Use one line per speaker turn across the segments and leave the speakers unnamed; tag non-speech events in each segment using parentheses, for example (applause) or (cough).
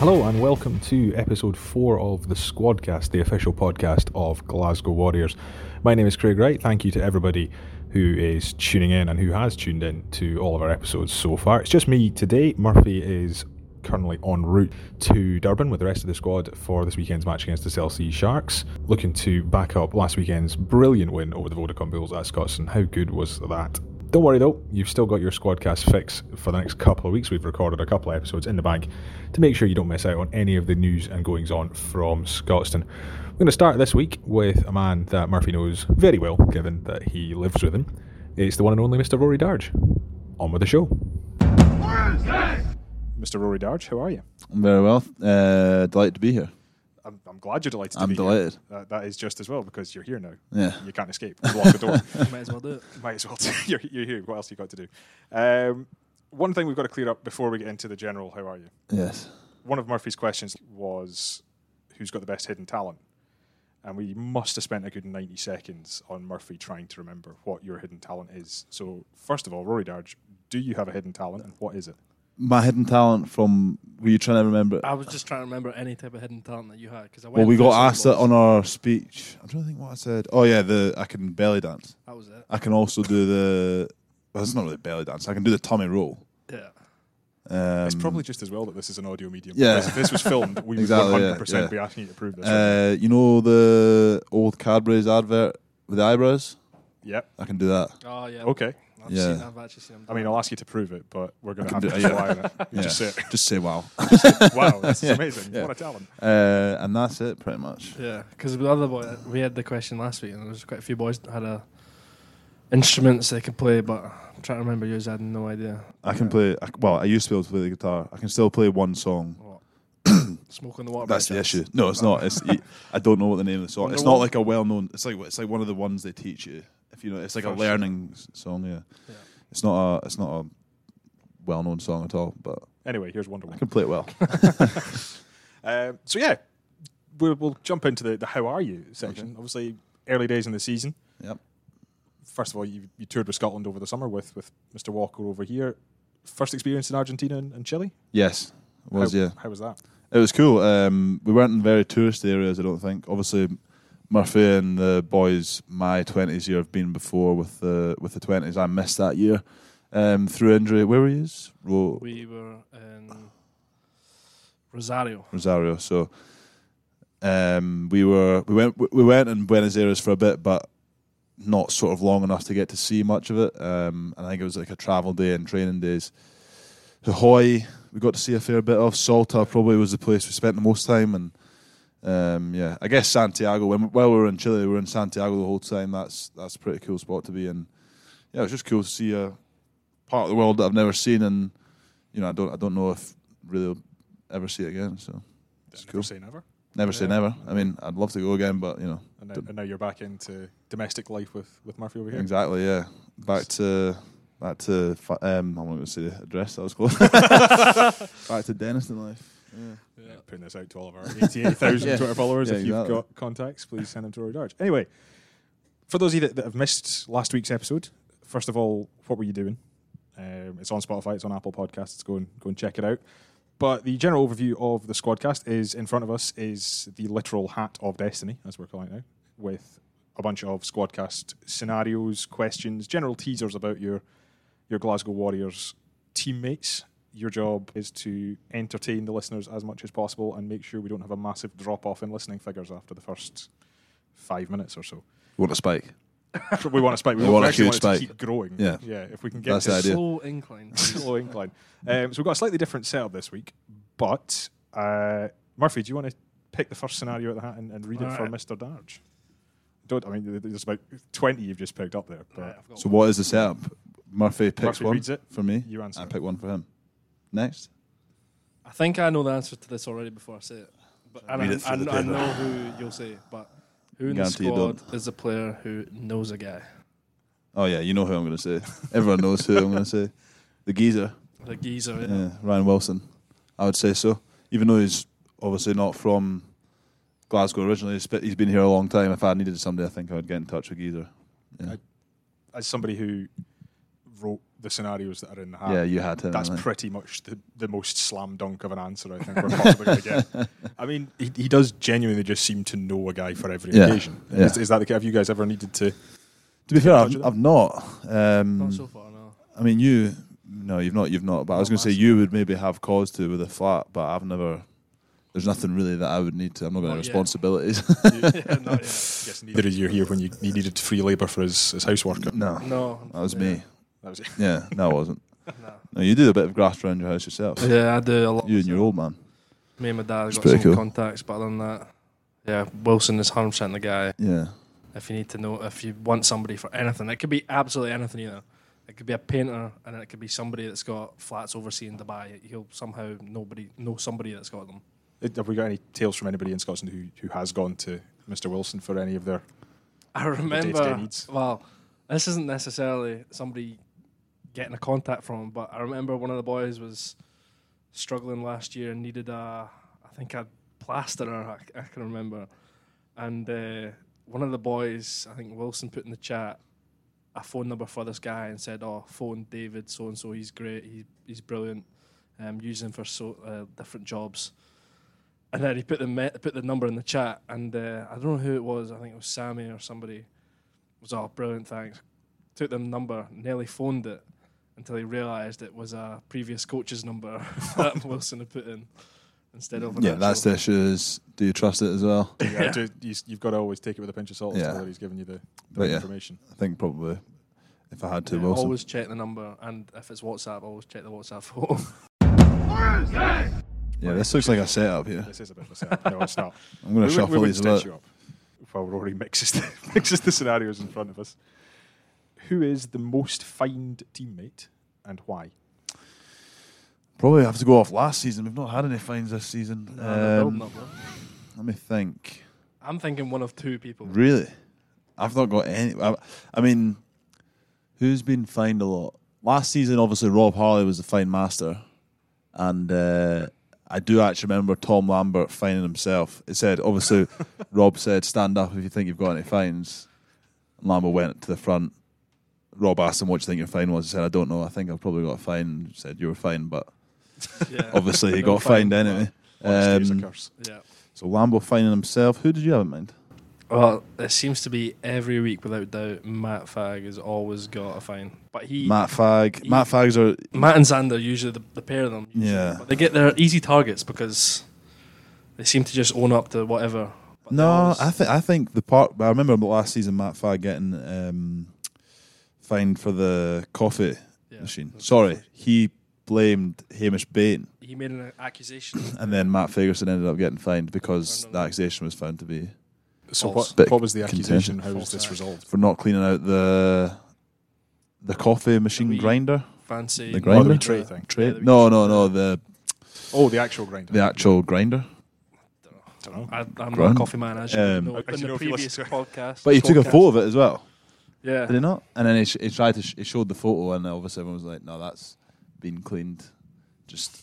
Hello and welcome to episode four of the Squadcast, the official podcast of Glasgow Warriors. My name is Craig Wright. Thank you to everybody who is tuning in and who has tuned in to all of our episodes so far. It's just me today. Murphy is currently en route to Durban with the rest of the squad for this weekend's match against the Chelsea Sharks, looking to back up last weekend's brilliant win over the Vodacom Bulls at Scotstoun. How good was that? Don't worry though, you've still got your squadcast fix for the next couple of weeks. We've recorded a couple of episodes in the bank to make sure you don't miss out on any of the news and goings on from Scotstoun. We're going to start this week with a man that Murphy knows very well, given that he lives with him. It's the one and only Mr. Rory Darge. On with the show. Mr. Rory Darge, how are you?
I'm very well. Uh, delighted to be here.
I'm, I'm glad you're delighted to
I'm
be here.
delighted.
That, that is just as well because you're here now.
Yeah.
You can't escape. You've locked
(laughs)
the
(laughs)
door.
Might as well do it.
Might as well. do- (laughs) you're, you're here. What else you got to do? Um, one thing we've got to clear up before we get into the general. How are you?
Yes.
One of Murphy's questions was, "Who's got the best hidden talent?" And we must have spent a good ninety seconds on Murphy trying to remember what your hidden talent is. So, first of all, Rory Darge, do you have a hidden talent, and what is it?
My hidden talent from were you trying to remember? It?
I was just trying to remember any type of hidden talent that you had because I went.
Well, we
through
got
some
asked that
ones.
on our speech. I don't think what I said. Oh yeah, the I can belly dance.
That was it.
I can also do the. Well, it's not really belly dance. I can do the tummy roll.
Yeah.
Um,
It's probably just as well that this is an audio medium.
yeah.
Because if this was filmed, we would
Exactly, yeah,
100%
yeah.
be asking you to prove this.
Uh, you know the old Cadbury's advert with the eyebrows.
yep.
I can do that.
Oh yeah.
Okay.
I've
Yeah.
seen. I've actually seen. Him
I mean, I'll ask you to prove it, but we're going to
can
have to
do- yeah.
rely on it. You
Yeah.
Just say,
Just
(laughs)
say wow.
wow, this is
(laughs) Yeah.
amazing.
Yeah.
What a talent.
uh, and that's it, pretty much.
yeah, because the other boy we had the question last week, and there was quite a few boys that had a instruments they could play, but I'm trying to remember yours. I had no idea.
I can play. I, well, I used to be able to play the guitar. I can still play one song. (coughs)
What? Smoke on the water. by
That's the
chance.
issue. No, it's not. It's I don't know what the name of the song. It's
No.
not like a well-known. It's like it's like one of the ones they teach you. If you know, it's like a
First.
learning s- song. Yeah,
Yeah.
it's not a it's not a well-known song at all. But
Anyway, here's
I
Wonderwall.
can play it well.
Um, so, yeah, we'll, we'll jump into the, the how are you section. Obviously, early days in the season.
Yep.
First of all, you, you toured with Scotland over the summer with, with Mr. Walker over here. First experience in Argentina and, and Chile?
Yes, it was
how,
yeah.
How was that?
It was cool. Um, we weren't in very touristy areas. I don't think. Obviously, Murphy and the boys my twenties year have been before with the with the twenties. I missed that year um, through injury. Where were you? Ro-
We were in Rosario.
Rosario. So um, we were we went we went in Buenos Aires for a bit, but not sort of long enough to get to see much of it. Um, and I think it was like a travel day and training days. Hawaii, we got to see a fair bit of. Salta probably was the place we spent the most time, and um, yeah, I guess Santiago. When while we were in Chile, we were in Santiago the whole time. That's that's a pretty cool spot to be in. Yeah, it was just cool to see a part of the world that I've never seen, and you know, I don't I don't know if really I'll ever see it again. So It's
Never
cool.
say never.
never say
Yeah.
never. I mean, I'd love to go again, but you know,
And now,
Don't-
and now you're back into domestic life with, with Murphy over here.
exactly. Yeah, back to back to fi- um, I'm not going to say the address. That was
(laughs)
close. back to Denniston life. Yeah.
Yeah, putting this out to all of our 88,000
(laughs) Yeah.
Twitter followers.
Yeah,
if you've
exactly.
got contacts, please send them to Rory Darge. Anyway, for those of you that, that have missed last week's episode, first of all, what were you doing? Um, it's on Spotify, it's on Apple Podcasts. Go and go and check it out. But the general overview of the squadcast is in front of us is the literal hat of destiny, as we're calling it now, with a bunch of squadcast scenarios, questions, general teasers about your your Glasgow Warriors teammates. Your job is to entertain the listeners as much as possible and make sure we don't have a massive drop off in listening figures after the first five minutes or so.
Want a spike?
we want a spike. We,
We want a
actually
huge
want it
spike.
to keep growing.
Yeah.
yeah. If we can get
That's
to
the idea.
Slow incline.
(laughs)
slow incline. Um, so we've got a slightly different setup this week, but uh, Murphy, do you want to pick the first scenario at the hat and, and read it for
Alright.
Mr. Darge? Don't. I mean, th- there's about twenty you've just picked up there, but
Right, I've got
So
one.
what is the setup? Murphy picks
Murphy
one
reads it.
for me.
you answer.
I
it.
pick one for him. Next.
I think I know the answer to this already before I say it. But and I,
Read it for
I,
the
kn- I
paper.
know who you'll say, but who in
Guarantee you
the squad is a player who knows a guy?
Oh yeah, you know who I'm going to say. Everyone knows who I'm going to say. The geezer.
The geezer.
Yeah.
you know?
Ryan Wilson. I would say so. Even though he's obviously not from Glasgow originally, he's been- he's been here a long time. If I needed somebody, I think I would get in touch with Geezer.
as somebody who wrote the scenarios that are in the hat.
Ah,
Yeah, you had him.
That's
I think.
pretty much the, the most slam dunk of an answer I think we're possibly going to
(laughs)
get. I mean, he, he does genuinely just seem to know a guy for every
Yeah,
occasion.
yeah.
Is, is that the case? Have you guys ever needed to?
to be fair,
touch with
I've, I've not. Um,
Not so far,
(laughs)
no. (laughs)
I mean, you. No, you've not. You've not. But I was
Not
going to say you would maybe have cause to with a flat, but I've never. There's nothing really that I would need to. I'm not going to
Not yet. (laughs)
responsibilities.
Yeah, not yet.
Yes, neither of you here when you, you needed free labour for his, his house worker.
no,
No.
that was
yeah,
me.
That was it.
Yeah, no, I wasn't.
no.
No, you do a bit of grass around your house yourself.
Yeah, I do a lot.
You and your old man.
Me and my dad have
It's
got
pretty
some
cool.
contacts, but other than that, yeah, Wilson is 100% the guy.
Yeah,
If you need to know, if you want somebody for anything, it could be absolutely anything, you know. It could be a painter, and it could be somebody that's got flats overseas in Dubai. He'll somehow nobody know somebody that's got them.
It- Have we got any tales from anybody in Scotland who, who has gone to Mr. Wilson for any of
(laughs)
their?
I
day-to-day
remember.
needs.
Well, this isn't necessarily somebody getting a contact from, him, but I remember one of the boys was struggling last year and needed a, I think a plasterer. I, I can remember, and uh, one of the boys, I think Wilson, put in the chat a phone number for this guy and said, "Oh, phone David, so and so. He's great. He, he's brilliant. Um, use him for so uh, different jobs." And then he put the me- put the number in the chat, and uh, I don't know who it was. I think it was Sammy or somebody. Was oh brilliant, thanks. Took the number, nearly phoned it, until he realised it was a previous coach's number (laughs)
(laughs)
that Wilson had put in instead of an
yeah. That's
actual-
the issue. Is do you trust it as well?
Yeah. do- you, have got to always take it with a pinch of salt as to
Yeah.
whether he's giving you the, the
But
right
yeah.
information.
I think probably. If I had to,
Yeah,
Wilson.
always check the number, and if it's WhatsApp, always check the WhatsApp phone. (laughs)
yeah, this looks like a setup here.
This is a bit of a setup. No, it's not.
I'm going to
would-
shuffle
would
these a
stitch
bit.
you up while Rory mixes the, (laughs) mixes the scenarios in front of us. Who is the most fined teammate and why?
Probably have to go off last season. We've not had any fines this season.
No, they're
Um,
building up, though.
let me think.
I'm thinking one of two people.
Really, I've not got any. I, I mean, who's been fined a lot last season? Obviously, Rob Harley was the fine master, and uh, I do actually remember Tom Lambert fining himself. It
(laughs)
said, obviously, Rob said, "Stand up if you think you've got any fines." And Lambert went to the front. Rob asked him, "What do you think your fine was?" He said, "I don't know. I think I've probably got a fine." And he said, "You were fine, but
Yeah.
obviously
(laughs)
he
No
got fined
fine,
anyway."
Honesty is a
Um,
curse.
Yeah.
so Lambo fining himself. Who did you have in mind?
Well, it seems to be every week without doubt. Matt Fag has always got a fine, but he Matt,
Matt Fag. Matt Fag's are
and Xander usually the, the pair of them. usually,
Yeah.
but they get their easy targets because they seem to just own up to whatever. But they
No,
always-
I think I think the part. I remember last season Matt Fag getting um, fined for the coffee
yeah.
machine. Sorry, he blamed Hamish Bain,
he made an accusation.
and then Matt Ferguson ended up getting fined because
Random.
the accusation was found to be
So
False.
what,
Bit
what was the accusation?
contention.
How was
False
this
act.
resolved?
for not cleaning out the the coffee machine
wee
grinder
fancy
The
Oh,
grinder?
the
Grinder?
tray thing.
tray.
Yeah, the wee-
no, no, no, the
Oh, the actual grinder.
the actual grinder.
I don't know.
I, I'm not a
Grind.
coffee man, as you
Um,
know,
As
in
you know
the
if you
previous
listen
podcast.
But he took a
podcast.
photo of it as well,
Yeah,
did he not? And then he, sh- he tried to sh- he showed the photo, and obviously everyone was like, "No, that's been cleaned." Just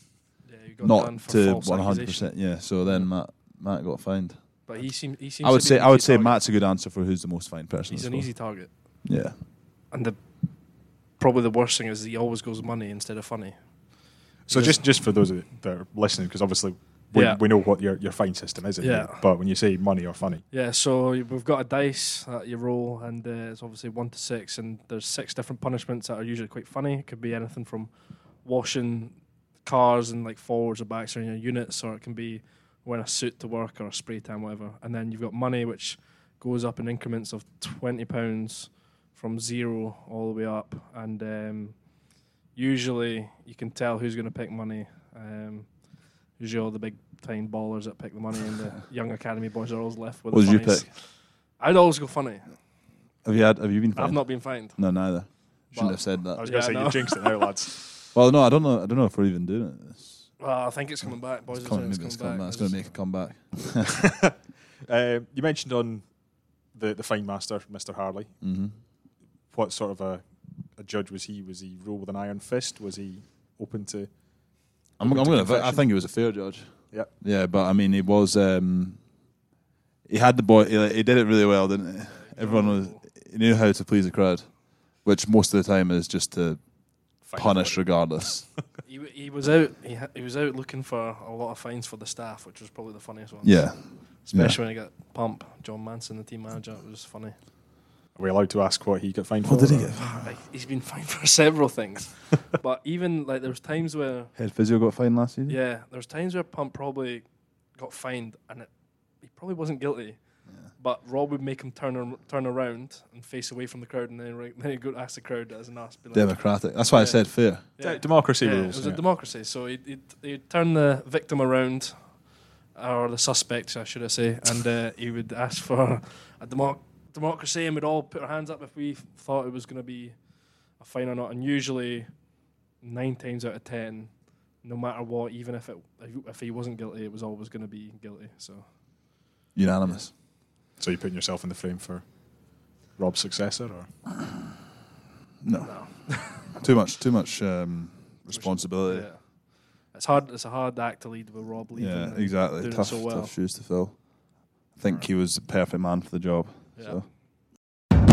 yeah you got done
not
for
to
false
one hundred
accusation.
percent. Yeah. So then Matt Matt got fined.
But he seems. He seems
I would
to
say
be an
I would
easy
say
target.
Matt's a good answer for who's the most fined person.
He's
as
an
well.
easy target,
Yeah.
and the probably the worst thing is he always goes money instead of funny.
So
Yes.
just just for those of you that are listening, because obviously we,
Yeah.
we know what your, your fine system is, isn't
Yeah.
it? but when you say money or funny,
Yeah, so we've got a dice that you roll, and uh, it's obviously one to six, and there's six different punishments that are usually quite funny. It could be anything from washing cars and like forwards or backs in your units, or it can be wearing a suit to work or a spray tan, whatever. And then you've got money, which goes up in increments of twenty pounds from zero all the way up, and um, usually you can tell who's going to pick money. Um, usually, all the big time ballers that pick the money, and the young academy boys are always left with.
What
the
did you
funnies.
pick?
I'd always go funny.
Have you had? Have you been fined?
I've not been fined.
No, neither. Shouldn't
Well,
have said
I
that.
was going
Uh, Yeah,
to say
no.
you jinxed it now,
(laughs)
lads. (laughs)
Well, no, I don't know. I don't know if we're even doing it. It's,
Well, I think it's coming back, boys.
it's
It's
coming,
coming,
maybe it's coming back. It's going to make a comeback.
Um, you mentioned on the the fine master, Mr. Harley.
Mm-hmm.
What sort of a, a judge was he? Was he rule with an iron fist? Was he open to?
I'm,
Open
I'm
to
going to. I
confession.
think it was a fair judge.
Yeah.
Yeah, but I mean, he was. Um, he had the boy. He, he did it really well, didn't he? Everyone was. He knew how to please the crowd, which most of the time is just to
Fine
punished
for it.
regardless. (laughs)
He, w- he was out. He, ha- he was out looking for a lot of fines for the staff, which was probably the funniest one.
yeah.
especially when he got pumped. John Manson, the team manager, it was funny.
Are we allowed to ask what he got fined
What
for?
did he
or-
get?
Like, he's been (laughs) fined for several
(laughs)
things, but even like there was times where
Head physio got fined last season.
yeah, there was times where Pump probably got fined and it, he probably wasn't guilty. But Rob would make him turn ar- turn around and face away from the crowd, and then, re- (laughs) then he'd go ask the crowd as an ass. Be like,
Democratic. That's why I
Yeah.
said fair.
Yeah.
De- democracy
Yeah,
rules.
It was a
yeah.
democracy, so he'd, he'd, he'd turn the victim around, or the suspect, I should I say, and uh, he would ask for a democ- democracy, and we'd all put our hands up if we thought it was going to be a fine or not. And usually, nine times out of ten, no matter what, even if it if he wasn't guilty, it was always going to be guilty. So
Unanimous.
so you're putting yourself in the frame for Rob's successor, or
No.
no,
(laughs) Too much. Too much um, responsibility.
yeah. it's hard. It's a hard act to lead with Rob leaving.
Yeah,
and
exactly.
doing it
Tough,
so well.
tough shoes to fill. I think he was the perfect man for the job.
Yeah.
So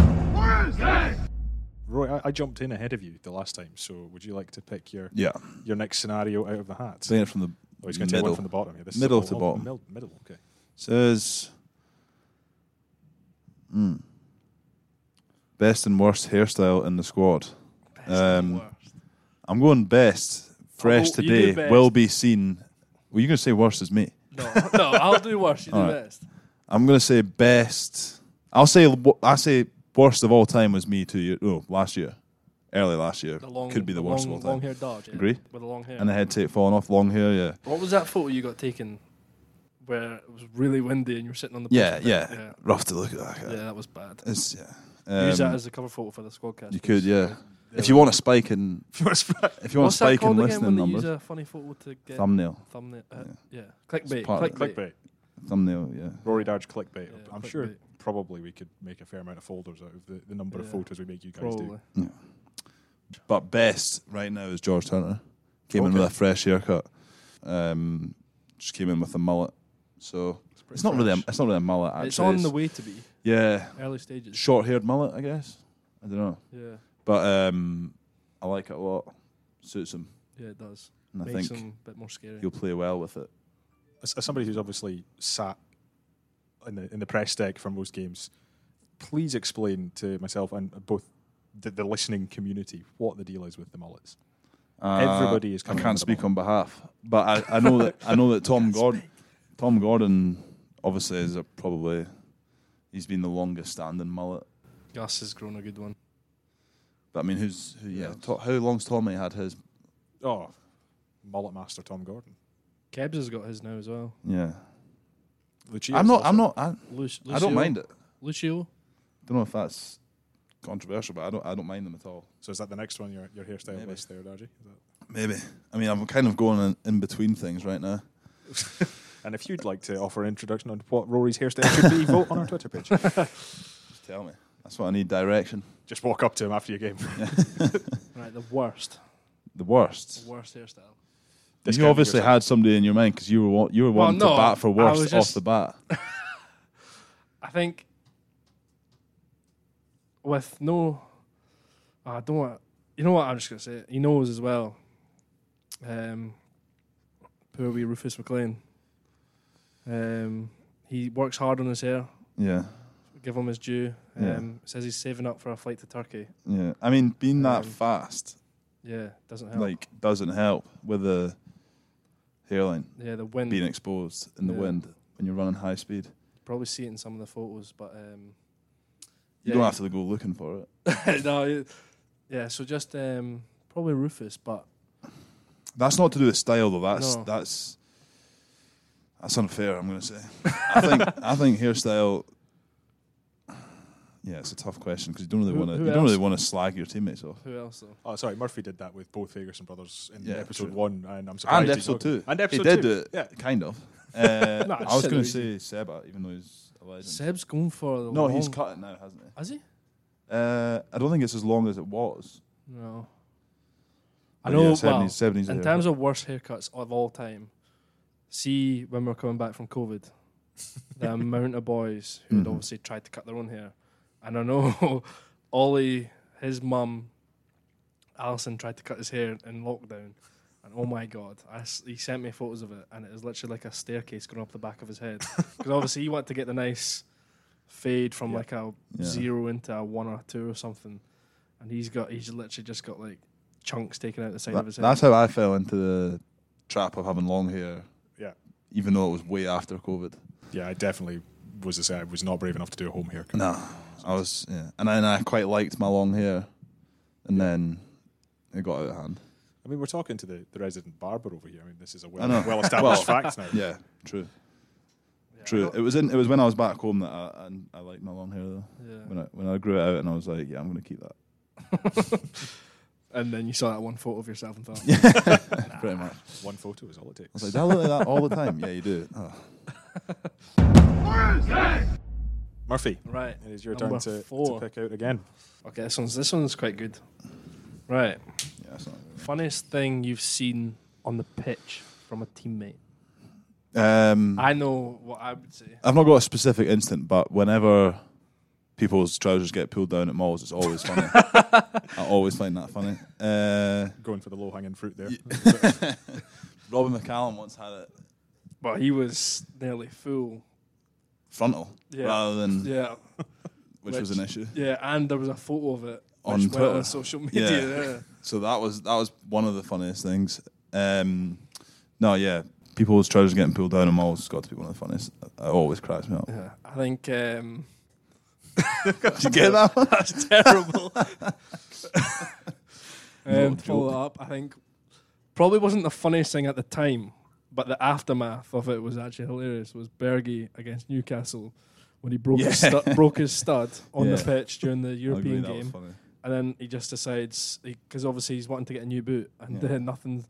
Roy? I, I jumped in ahead of you the last time, so would you like to pick your
yeah,
your next scenario out of the hat?
saying it from the
Oh, he's going to take one
Middle.
from the bottom. Yeah, this is
Middle
a
to
long-
bottom.
mil- middle, okay.
says. Mm. Best and worst hairstyle in the squad.
Best and
Um,
worst.
I'm going best. Fresh
Oh, you do
today
best.
will be seen. Well, you're going to say worst as me.
No, (laughs) no, I'll do worse. You
(laughs)
do
Alright.
best.
I'm gonna say best. I'll say I say worst of all time was me two years. Oh, last year, early last year
The long,
could be the, worst
long,
of all time.
Long hair dodge. yeah,
Agree?
With the long hair.
And the head tape falling off, long hair. Yeah,
what was that photo you got taken where it was really windy and you were sitting on the
yeah,
bus with
yeah.
it? yeah.
Rough to look at. That guy.
Yeah, that was bad.
It's yeah.
Use that
Um,
as the cover photo for the squadcast.
you
please.
could, yeah. If you want a spike in,
(laughs)
if you want
What's
a
that
spike in
called again when
listening
they use
numbers,
a funny photo to get
thumbnail,
thumbnail? Uh, yeah. clickbait.
part of
Clickbait.
the-
clickbait.
thumbnail, yeah.
Rory Darge clickbait.
Yeah,
I'm sure
clickbait.
probably we could make a fair amount of folders out of the, the number of
Yeah.
photos we make you guys do.
Probably.
But best right now is George Turner. Came in
Okay.
with a fresh haircut. Um, just came in with a mullet. So
pretty
it's not really a,
fresh.
it's not really a mullet. Actually,
It's on the way to be
yeah.
early stages.
short haired mullet, I guess. I don't know,
Yeah,
but um, I like it a lot. Suits him,
yeah, it does.
and I
Makes
think
them a bit more scary.
he'll play well with it.
As, as somebody who's obviously sat in the in the press deck for most games, please explain to myself and both the, the listening community what the deal is with the mullets. Everybody is coming
Uh, I
in
can't
with a
speak
mullet.
on behalf, but I, I know that I know that Tom Gordon, Tom Gordon, obviously is a probably he's been the longest standing mullet.
Gus has grown a good one.
But I mean, who's who, yeah?
Yeah.
To, how long's Tommy had his?
Oh, mullet master Tom Gordon.
Kebs has got his now as well.
Yeah,
Lucia's
I'm not.
also-
I'm not. I,
Lu-
I
Lucio-
don't mind it.
Lucio.
Don't know if that's controversial, but I don't. I don't mind them at all.
So is that the next one your your hairstyle
Maybe.
list there, Darji? Is that-
Maybe. I mean, I'm kind of going in, in between things right now.
And if you'd like to offer an introduction on what Rory's hairstyle should
(laughs)
be, vote on our Twitter page.
Just tell me. That's what I need direction.
Just walk up to him after your game.
Right, the worst,
The worst.
the worst hairstyle.
You
Discounting
obviously
yourself.
had somebody in your mind because you were wa- you were
Well,
wanting
no,
to bat for
I
worst
was
off
just-
the bat.
I think with no, ah, I don't want. You know what? I'm just gonna say it. He knows as well. Um, poor wee Rufus McLean. Um, he works hard on his hair.
Yeah,
Give him his due. Um,
Yeah.
Says he's saving up for a flight to Turkey.
yeah. I mean, being that
Um,
fast
Yeah, doesn't help.
like doesn't help with the hairline
yeah, the wind.
being exposed in the
Yeah.
wind when you're running high speed.
Probably see it in some of the photos, but um,
You
yeah,
don't have to go looking for
(laughs)
it.
no, you- yeah. So just um, probably Rufus, but
That's not to do with style though. That's
No.
that's that's unfair. I'm going to say.
(laughs)
I think I think hairstyle. Yeah, it's a tough question because you don't really
Who-
want to.
who
You don't really
else?
want to slag your teammates off.
who else though?
Oh, sorry, Murphy did that with both Ferguson brothers in
Yeah,
episode
true.
one, and I'm surprised.
and
he's
episode
not-
two.
And episode
he did
two.
do it,
Yeah.
kind
(laughs)
of. Uh,
No,
I was
said
going
it
to say
easy.
Seba, even though he's a legend.
Seb's going for the
no,
long.
he's cut it now, hasn't he?
Has he?
Uh, I don't think it's as long as it was.
No. I
But Oh, yeah,
know.
70s, 70s
well, in terms of worst haircuts of all time, see when we're coming back from
(laughs)
COVID, the amount of boys who had
Mhm.
obviously (laughs) tried to cut their own hair, and I know Ollie, his mum, Alison tried to cut his hair in lockdown, and oh my god, I s he sent me photos of it, and it was literally like a staircase going up the back of his
(laughs)
head because obviously he wanted to get the nice fade from
Yeah.
like a
Yeah.
zero into a one or a two or something, and he's got he's literally just got like chunks taken out the side
Tha-
of his head.
that's how I fell into the trap of having long hair.
Yeah.
Even though it was way after COVID.
Yeah, I definitely was the same. I was not brave enough to do a home haircut.
No, I was, yeah. and then I quite liked my long hair, and then it got out of hand.
I mean, we're talking to the, the resident barber over here. I mean, this is a well,
I know.
well established
(laughs) Well,
fact now.
Yeah, true,
Yeah, I
true.
got-
It was in, it was when I was back home that I, I, I liked my long hair though.
yeah.
When I when I grew it out and I was like, yeah, I'm gonna keep that. (laughs)
And then you saw that one photo of yourself and thought,
Pretty much.
One photo is all it takes.
I was like, do I look like that all the time? Yeah, you do. Oh.
Murphy,
right.
it is your
Number
turn to, to
four.
pick out again.
Okay, this one's this one's quite good. Right.
Yeah, that's not.
Funniest thing you've seen on the pitch from a teammate.
Um,
I know what I would
(laughs)
say.
I've not got a specific instant, but whenever people's trousers get pulled down at malls, it's always funny. I always find that funny. Uh,
Going for the low hanging fruit there.
Robin McCallum once had it
But he was nearly full.
frontal
Yeah.
rather than
Yeah.
which was an issue.
Yeah, and there was a photo of it
On
which went
Twitter.
on social media.
Yeah.
Yeah.
So that was that was one of the funniest things. Um, no, yeah, people's trousers getting pulled down in malls has got to be one of the funniest. It always cracks me up.
Yeah. I think um,
Did (laughs) you get that? one?
that's
(laughs)
terrible.
No
um, to follow that up, I think probably wasn't the funniest thing at the time, but the aftermath of it was actually hilarious. Was Bergie against Newcastle when he broke his
Yeah.
stu- broke his stud on
(laughs) Yeah.
the pitch during the
I agree,
European
that was
game,
funny.
and then he just decides because obviously he's wanting to get a new boot, and
Yeah.
then (laughs) nothing.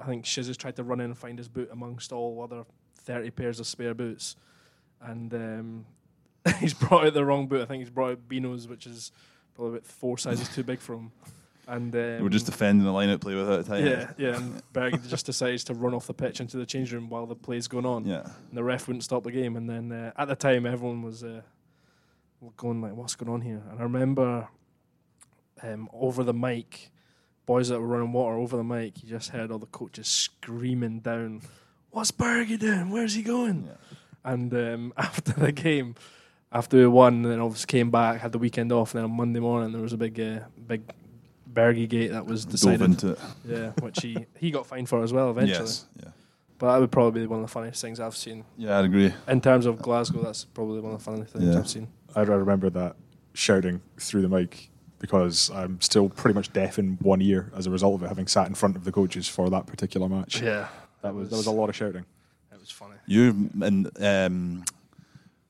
I think Shiz has tried to run in and find his boot amongst all other thirty pairs of spare boots, and um, (laughs) he's brought out the wrong boot. I think he's brought out Beano's, which is probably about four sizes too big for him. And um,
We were just defending the lineup play without a time.
yeah, yeah. And Berg just (laughs) decides to run off the pitch into the change room while the play's going on.
yeah.
And the ref wouldn't stop the game. And then uh, at the time, everyone was uh, going like, "What's going on here?" And I remember um, over the mic, boys that were running water over the mic. You just heard all the coaches screaming down, "What's Bergie doing? Where's he going?"
yeah.
And um, (laughs) after the game, after we won, then obviously came back, had the weekend off, and then on Monday morning there was a big, uh, big Bergie gate that was
Dove
decided.
into it.
Yeah, which he, he got fined for as well eventually.
Yes. Yeah.
But that would probably be one of the funniest things I've seen.
Yeah, I'd agree.
In terms of Glasgow, that's probably one of the funniest things
Yeah.
I've seen.
I I remember that shouting through the mic because I'm still pretty much deaf in one ear as a result of it having sat in front of the coaches for that particular match.
Yeah.
That was that was a lot of
(laughs)
shouting.
It was funny.
You and um,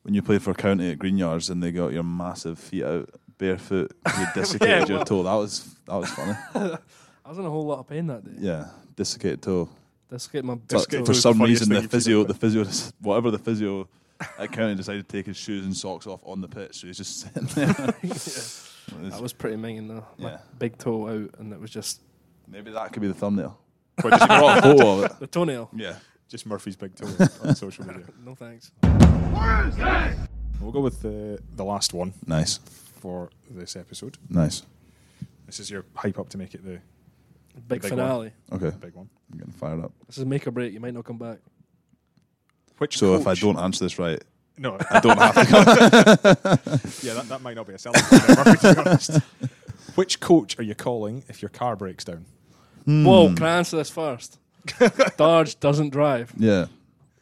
when you played for County at Greenyards and they got your massive feet out barefoot,
(laughs)
you desiccated your
well-
toe. That was that was funny.
I was in a whole lot of pain that day.
yeah, desiccated toe.
Let's get my big
But
Desiccated
for
toe is
some
the funniest
reason,
thing
the
you've seen
physio,
ever.
the physio, (laughs) whatever the physio at County decided to take his shoes and socks off on the pitch, so he's just sitting
(laughs)
there.
That was pretty minging though. My
Yeah.
big toe out, and it was just
Maybe that could be the thumbnail.
But just,
Brought a photo of it.
the toenail.
Yeah.
(laughs) just Murphy's big toe on social
(laughs)
media.
No thanks.
We'll go with the the last one
Nice.
for this episode.
Nice.
This is your hype up to make it the big
Big,
one.
finale.
Okay.
big one.
I'm getting fired up.
This is make or break. You might not come back.
Which
So if I
coach-
don't answer this right,
no, um,
I don't have to (laughs) come.
yeah, that, that might not be a selling point, Murphy, to be honest. (laughs) Which coach are you calling if your car breaks down?
Hmm.
Whoa, can I answer this (laughs) first? Darge doesn't drive.
Yeah.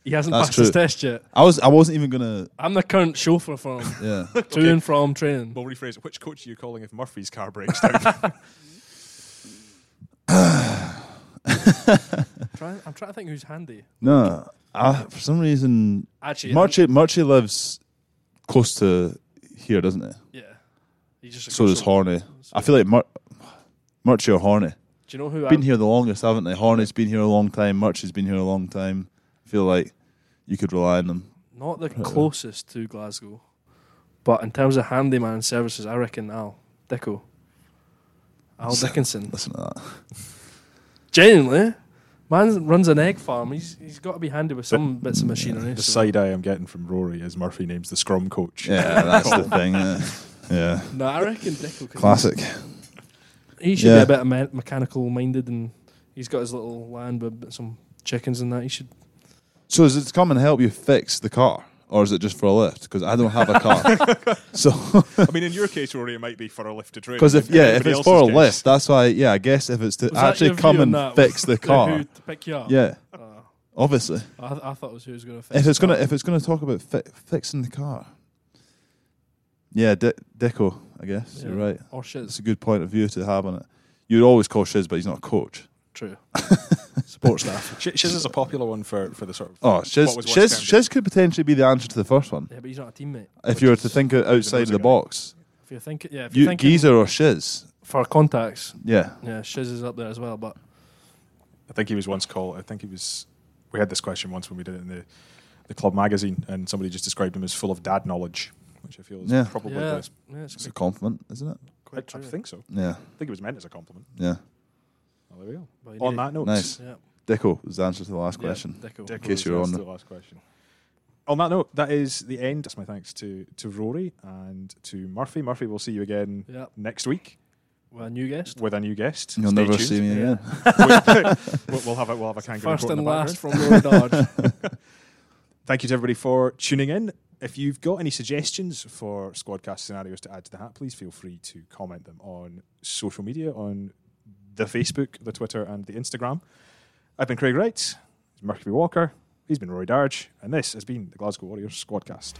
He hasn't
That's
passed his
true.
test yet.
I was I wasn't even gonna
I'm the current chauffeur for (laughs) him
yeah.
to and from training.
We'll rephrase it. Which coach are you calling if Murphy's car breaks down?
Try- I'm trying to think who's handy.
No. I, for some reason
Actually,
Murchie Murchie lives close to here, doesn't it?
yeah. He just
So does Horney. I feel like Mur- Murchie or Horney.
Do you know who? I,
Been here the longest, haven't they? Horney's been here a long time, Murchie's been here a long time. I feel like you could rely on them.
Not
Uh-huh.
the closest to Glasgow, but in terms of handyman services, I reckon Al Dicko, Al Dickinson.
Listen to that.
Genuinely, man runs an egg farm. He's he's got to be handy with some bits of machinery.
(laughs) the
so-
side eye I'm getting from Rory is Murphy names the scrum coach.
Yeah, that's the thing. Yeah. yeah.
No, I reckon Dicko. 'cause
Classic.
He should
Yeah.
be a bit me- mechanical minded, and he's got his little land with some chickens and that. He should.
So is it to come and help you fix the car, or is it just for a lift? Because I don't have a car. so
I mean, in your case, Rory, it might be for a lift to train.
because if yeah, if
Everybody
it's for a
else's
lift, that's why. Yeah, I guess if it's to
Was that
actually
your
come
view on
and
that?
fix
(laughs)
the
Who
car,
to pick you up?
yeah,
Uh,
obviously.
I, th- I thought it was who was going to fix.
If it's
the
gonna
car.
if it's gonna talk about fi- fixing the car, yeah, De- Deco, I guess you're
Yeah.
right.
or
It's (laughs)
shiz.
a good point of view to have on it. You'd always call Shiz, but he's not a coach.
True.
Support staff.
Sh- Shiz is a popular one for, for the sort of.
Oh, Shiz,
What was once
Shiz,
termed-
Shiz could potentially be the answer to the first one.
Yeah, but he's not a teammate.
If
Which
you were
is-
to think o- outside of
another
the
guy.
box,
If you're thinking, yeah, if you're
you,
thinking
Geezer or Shiz,
for contacts,
yeah.
yeah, shiz is up there as well. But
I think he was once called. I think he was. We had this question once when we did it in the, the club magazine, and somebody just described him as full of dad knowledge, which I feel is
Yeah.
probably
yeah,
the.
yeah, it's
It's a
quite,
compliment, isn't it?
I,
quite
I
true.
think so.
Yeah,
I think it was meant as a compliment.
yeah.
Well, Oh, there we go.
But you
On
need
that note,
Nice.
it. Yeah.
Deco was the answer to the last question.
Yeah, Deco.
Dick
In case
Rose,
you're
that's
on-
the last question. On that note, that is the end. That's my thanks to to Rory and to Murphy. Murphy, we'll see you again
Yeah,
next week
well, a new guest.
with a new guest.
You'll
Stay
never
tuned. (laughs)
see me again.
we'll, we'll have a, we'll have a kangaroo
First
court in
and
the
last
background.
from Rory
(laughs)
Dodge.
Thank you to everybody for tuning in. If you've got any suggestions for squadcast scenarios to add to the hat, please feel free to comment them on social media, on the Facebook, the Twitter, and the Instagram. I've been Craig Wright, Murphy Walker, he's been Roy Darge, and this has been the Glasgow Warriors Squadcast.